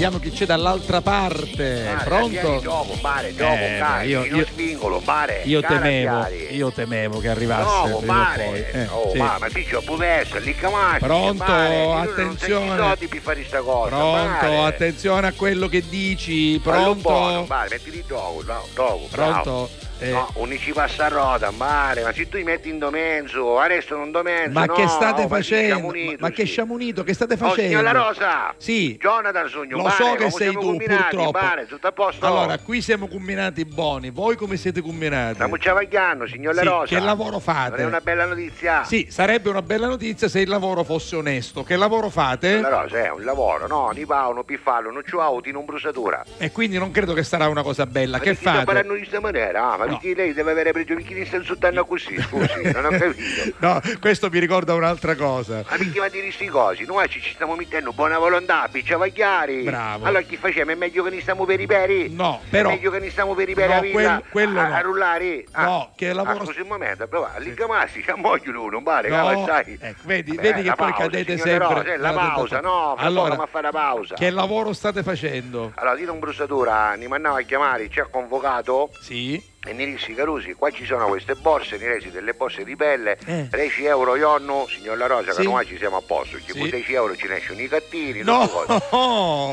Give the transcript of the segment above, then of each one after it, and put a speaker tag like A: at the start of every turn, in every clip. A: Vediamo chi c'è dall'altra parte.
B: Mare,
A: Eh, Pronto?
B: Vieni dopo, mare, dopo,
A: Eh,
B: cara,
A: io-
B: fino
A: io-
B: spingolo, mare.
A: Io
B: cara,
A: temevo,
B: chiari.
A: io temevo che arrivasse. prima o
B: Dopo,
A: poi.
B: mare.
A: Eh,
B: oh,
A: sì.
B: ma, ma sì, c'ho pure messo, lì camacci.
A: Pronto,
B: mare. Io
A: attenzione.
B: Non sei soldi per fare sta cosa,
A: Pronto,
B: mare.
A: attenzione a quello che dici.
B: Fallo
A: Pronto?
B: Buono, mare, metti lì dopo, no, dopo, bravo.
A: Pronto? Eh,
B: No, non ci passa a roda, mare, ma se tu mi metti in domenzo, adesso non domenzo,
A: ma
B: no,
A: che state
B: oh, ma sì,
A: facendo?
B: siamo uniti,
A: Ma- ma che
B: sì.
A: sciamunito, che state
B: Oh,
A: facendo?
B: signora Rosa!
A: Sì.
B: Jonathan Sogno,
A: Lo
B: mare,
A: so
B: ma
A: che sei
B: siamo
A: tu,
B: combinati,
A: purtroppo.
B: mare, tutto a posto?
A: Allora, qui siamo combinati buoni, voi come siete combinati?
B: Stiamo ciavagliando, Eh. signor La
A: Sì,
B: Rosa.
A: che lavoro fate?
B: Non è una bella notizia.
A: Sì, sarebbe una bella notizia se il lavoro fosse onesto. Che lavoro
B: La
A: fate?
B: Rosa è un lavoro, no? Ni pao, non pifallo, non c'ho auti, non brusatura.
A: E quindi non credo che sarà una cosa bella.
B: Ma
A: che
B: perché sta
A: fate?
B: parlando di questa maniera? Ah, ma
A: No.
B: perché lei deve avere pregio perché mi sta insultando così, scusi, non ho capito.
A: no, questo mi ricorda un'altra cosa.
B: Ma perché va a dire sti cosi? Noi ci, ci stiamo mettendo buona volontà, picciavagliari.
A: Bravo.
B: Allora chi facciamo? È meglio che ne stiamo per i peri?
A: No, però-
B: È meglio che ne stiamo per i peri
A: No,
B: a villa?
A: quel- quello
B: a,
A: no.
B: a rullare? eh?
A: No, che lavoro-
B: Ah, scusi un momento, prova. L'incamassi, c'è moglie lui, non pare,
A: No,
B: cara, sai.
A: ecco, vedi,
B: Vabbè,
A: vedi che
B: la
A: poi
B: pausa,
A: cadete
B: signora
A: sempre.
B: Rosa, eh, la
A: nella
B: pausa,
A: tentazione.
B: no, ma
A: Allora,
B: allora, a fare la pausa. Ah.
A: Che lavoro state facendo?
B: Allora, dite un bruciatura, mi mandava a chiamare, ci ha convocato
A: Sì?
B: e mi disse Carusi, qua ci sono queste borse, mi resi delle borse di pelle,
A: Eh.
B: 10 euro ionno, signor La Rosa,
A: Sì.
B: che noi ci siamo a posto, che
A: Sì.
B: con 10 euro ci ne escono i cattivi,
A: No!
B: tutto cosa.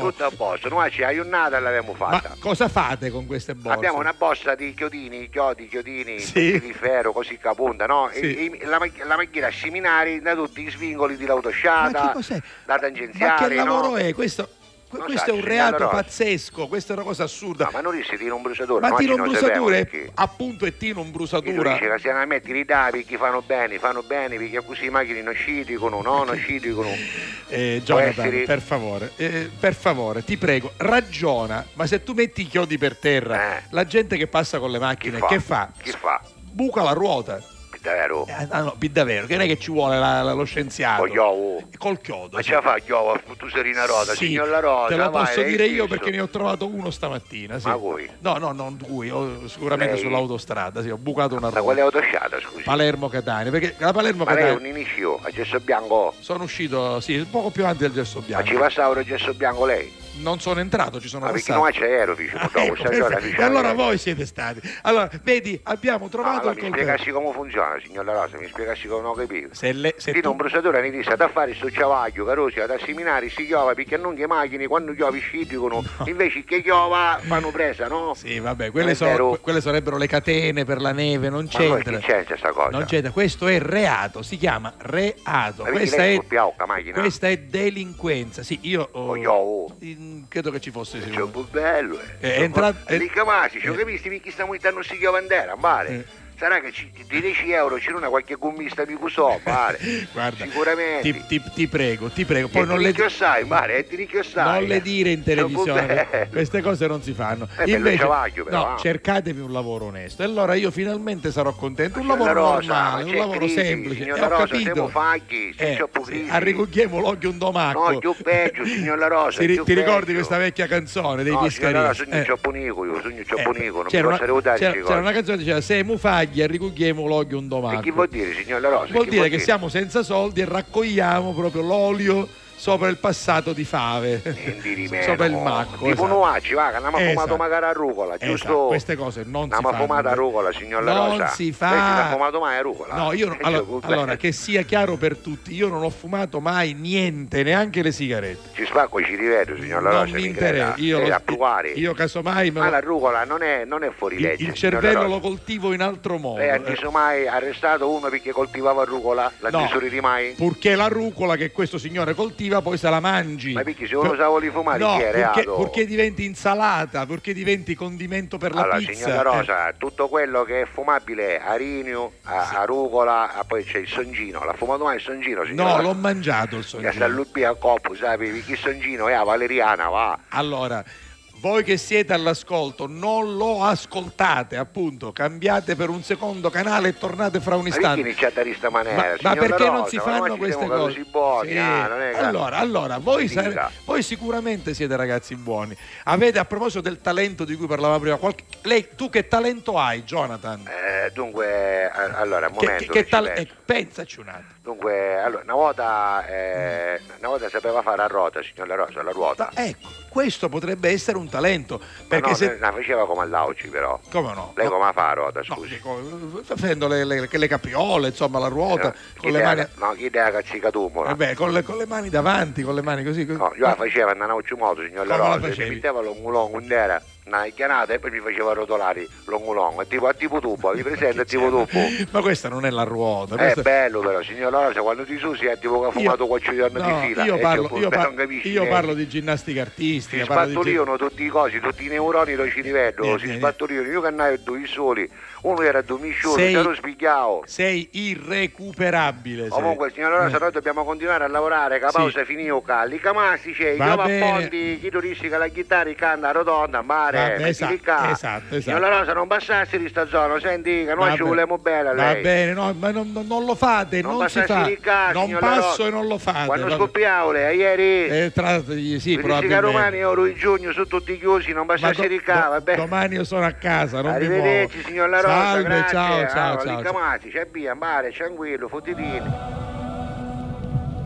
B: tutto a posto, noi ci aiunnata e l'abbiamo
A: Ma
B: fatta.
A: cosa fate con queste borse?
B: Abbiamo una borsa di chiodini, chiodi, chiodini,
A: Sì.
B: tutti di ferro, così capunta, no? E-
A: Sì.
B: e la, ma- la macchina a seminari da tutti i svingoli di
A: Ma che
B: l'autosciata,
A: cos'è?
B: da
A: Ma
B: tangenziale,
A: che lavoro
B: no?
A: è? Questo, que-
B: Non
A: questo
B: so,
A: è un
B: signora
A: reato
B: Rosa.
A: pazzesco, questa è una cosa assurda.
B: No, ma non si tira un bruciatore,
A: Ma
B: noi ci
A: tiro un
B: non sappiamo
A: brusatore,
B: perché.
A: appunto è tiro un
B: E tu
A: brusatura.
B: dice che se la metti li dai perché fanno bene, fanno bene, perché così le macchine non sciticano, no, non sciticano.
A: Eh, Jonathan,
B: Può essere-
A: per favore, eh, per favore, ti prego, ragiona, ma se tu metti i chiodi per terra,
B: Eh.
A: la gente che passa con le
B: Chi
A: macchine,
B: fa?
A: che fa?
B: Chi fa?
A: Buca la ruota.
B: Davvero?
A: Eh, ah, no, pi- davvero, che non è che ci vuole la- la- lo scienziato?
B: Con gli uova.
A: Col chiodo.
B: Ma
A: sì.
B: ce la fa Chiova a fottusere una rosa,
A: Sì,
B: signor La Rosa?
A: Te lo
B: vai,
A: posso
B: lei
A: dire io
B: stesso.
A: perché ne ho trovato uno stamattina. Sì.
B: Ma voi?
A: No, no, non lui, ho- sicuramente
B: Lei?
A: sull'autostrada, sì, ho bucato una
B: Ma quale
A: ruota.
B: autosciata, scusi?
A: Palermo-Catania, perché la
B: Ma lei è
A: Palermo-Catania...
B: un inizio, a gesso bianco.
A: Sono uscito, sì, poco più avanti del gesso
B: Ma ci
A: bianco.
B: passava a gesso bianco lei?
A: Non sono entrato, ci sono
B: Ma perché
A: passato.
B: non c'è aero, diciamo,
A: Ah,
B: dopo,
A: ecco,
B: se allora
A: perfetto.
B: diciamo-
A: E allora voi siete stati. Allora, vedi, abbiamo
B: No,
A: trovato
B: allora
A: il
B: mi
A: coltello.
B: spiegassi come funziona, signor La Rosa, mi spiegassi come non capivo.
A: Se, le- se
B: Dite
A: tu-
B: un bruciatore ne disse da fare sto ciavaglio, carosi, da seminare si chiova perché non che macchine quando chiovi scidicono, invece che chiova fanno presa, no?
A: Sì, vabbè, quelle,
B: È
A: sono-
B: vero.
A: que- quelle sarebbero le catene per la neve, non
B: Ma allora
A: c'entra.
B: chi c'entra sta cosa?
A: Non c'entra, questo è reato, si chiama reato.
B: Ma perché
A: Questa
B: lei
A: è,
B: è scoppiata, macchina?
A: questa è delinquenza. Sì, io oh,
B: Oh, io, oh.
A: in- credo che ci fosse
B: C'è un
A: sicuro.
B: po' bello, eh.
A: Eh, entra-
B: E lì camasi, ci ho capito perché stiamo mettendo sti chiova in terra, mare.
A: Eh.
B: Sarà che ci- di 10 euro c'era una qualche gommista di Cusò, mare.
A: Guarda,
B: Sicuramente.
A: ti, ti- ti prego, ti prego. Poi
B: e
A: non
B: ti
A: le,
B: sai, mare, e ti ricchiosai.
A: Non le dire in televisione, Eh, che
B: C'è un po' bello.
A: queste cose non si fanno.
B: Eh, bello ciavaglio, però,
A: no,
B: eh.
A: cercatevi un lavoro onesto. E allora io finalmente sarò contento. Un
B: Ma
A: lavoro
B: signora Rosa,
A: normale,
B: ma
A: un
B: c'è
A: lavoro
B: crisi,
A: semplice.
B: signora
A: Eh, ho
B: Rosa,
A: capito.
B: siamo faghi, se c'è più crisi.
A: arricchiamo l'occhio un domacco.
B: No, più peggio, signora Rosa,
A: Si ri-
B: più
A: ti ricordi
B: peggio.
A: questa vecchia canzone dei
B: no,
A: Piscarini?
B: signora, sogno
A: Eh.
B: eh. ciapponico, io sogno
A: Eh,
B: ciapponico, non mi
A: c'era,
B: posso
A: una,
B: salutare
A: c'era-
B: queste
A: c'era una
B: cose.
A: canzone che diceva Semu fagli, arricchiamo l'occhio un domacco.
B: E chi vuol dire, signora Rosa?
A: Vuol
B: Chi
A: dire che siamo senza soldi e raccogliamo proprio l'olio sopra il passato di fave,
B: Niente di meno.
A: sopra il macco.
B: Tipo
A: esatto.
B: Noaci, va, che non mi ha
A: Esatto.
B: fumato magari a rucola,
A: Esatto,
B: giusto?
A: Queste cose non si
B: Non mi
A: fanno.
B: ha fumato a rucola, signor La
A: Non
B: Rosa.
A: si
B: Lei non ha
A: fa.
B: fumato mai a rucola?
A: No, io
B: Eh,
A: allora,
B: gioco,
A: allora,
B: beh,
A: che sia chiaro per tutti, io non ho fumato mai niente, neanche le sigarette.
B: Ci spacco e ci rivedo, signor La Rosa.
A: non mi interessa,
B: creda.
A: io,
B: Lei
A: lo-
B: la provare.
A: io casomai me
B: Ma
A: lo-
B: la rucola non è, non è fuori
A: il,
B: legge.
A: il
B: signor La
A: cervello
B: Rosa.
A: lo coltivo in altro modo.
B: Lei ha
A: eh.
B: deciso mai arrestato uno perché coltivava rucola? La
A: No.
B: tesoriri mai?
A: Purché la rucola che questo signore coltiva poi se la mangi.
B: Ma perché se uno sa vuole fumare,
A: no,
B: chi è
A: purché,
B: reato?
A: purché diventi insalata, purché diventi condimento per la
B: allora,
A: pizza.
B: signora
A: eh.
B: Rosa, tutto quello che è fumabile, arinio, a, a rucola, a- poi c'è il songino. L'ha fumato mai il songino, signora?
A: No, l'ho mangiato il sogno.
B: Che sta lui a coppo, sapevi? Chi songino è a Valeriana, va.
A: Allora, voi che siete all'ascolto, non lo ascoltate, appunto, cambiate per un secondo canale e tornate fra un
B: Ma perché
A: istante.
B: iniziate a questa
A: Ma,
B: maniera?
A: ma
B: signora
A: perché non
B: Rosa?
A: si
B: Ma
A: fanno
B: ormai ci
A: queste
B: siamo
A: cose?
B: così buoni,
A: Sì.
B: ah, non è che-
A: allora, allora, voi,
B: Dica.
A: sare- voi sicuramente siete ragazzi buoni. Avete a proposito del talento di cui parlavamo prima, qualche- lei, tu che talento hai, Jonathan?
B: Eh, dunque, a- allora, un
A: Che- che-
B: momento.
A: che
B: ci
A: tal-
B: penso.
A: eh, pensaci un attimo.
B: Dunque, allora, una volta, eh, una volta sapeva fare la ruota, signora Rosa, la ruota.
A: Ta- Ecco, questo potrebbe essere un talento. Perché
B: Ma no,
A: se.
B: la faceva come all'auci però.
A: Come no?
B: Lei
A: No.
B: come fa la ruota,
A: No,
B: scusi?
A: dico, facendo le, le- le capriole, insomma, la ruota,
B: Eh, chi
A: con le
B: dea-
A: mani. Eh,
B: No, chi dea cazzicatumbola?
A: Vabbè, con le, con le mani davanti, con le mani così. così.
B: No, io la facevo andare a un moto, signor La
A: Eh. Come la
B: Rosa,
A: facevi?
B: mi metteva l'ongulongo in terra, una chianata e poi mi faceva rotolare l'ongulongo, è tipo, è tipo tubo, vi presento, è tipo tubo.
A: Ma questa non è la ruota.
B: È
A: questa-
B: bello però, signor La Rosa, quando ti susi è tipo che ha Eh, fumato qualche giorno
A: no,
B: di fila.
A: Io
B: eh,
A: parlo,
B: cioè,
A: io
B: beh,
A: par-
B: non capisci
A: io
B: niente.
A: parlo di ginnastica
B: Si
A: artistica. parlo di gin-
B: sbattolivano tutti i cosi, tutti i neuroni lo ci livello,
A: Niente,
B: si
A: niente.
B: sbattolivano, io che andavo due soli, uno era domisciolo,
A: Sei-
B: Sei... ero spigliato.
A: Sei irrecuperabile. sei.
B: Comunque signor La Rosa,
A: Eh.
B: noi dobbiamo continuare a lavorare, che la
A: Sì.
B: pausa è finita, callica massi c'è,
A: Va
B: io
A: bene.
B: appondi, chi turistica la chitarra, canta, rotonda,
A: Va
B: mare,
A: bene,
B: mettili
A: esatto,
B: là.
A: esatto,
B: Signor La Rosa, non passassi di sta zona, senti
A: Va
B: che noi ci
A: bene.
B: volemo bene a
A: Va
B: lei.
A: bene, no, ma non, non- non lo fate, non,
B: Non
A: si
B: passassi
A: fa.
B: di casa,
A: non
B: signor La
A: passo
B: Rosa.
A: e non lo fate.
B: Quando
A: ah, va-
B: scoppiavo lei, ieri...
A: eh, tra- sì,
B: Sì,
A: probabilmente.
B: romani oro in giugno sono tutti chiusi, non
A: Ma
B: basta
A: do-
B: di cava,
A: do-
B: vabbè.
A: Domani io sono a casa, non mi muovo.
B: Arrivederci signor La Rosa,
A: Salve,
B: grazie. Ah,
A: ciao, ciao,
B: Allora,
A: ciao,
B: lì
A: ciao.
B: chiamati, c'è Bia, Mare, Cianguillo, Fottitini.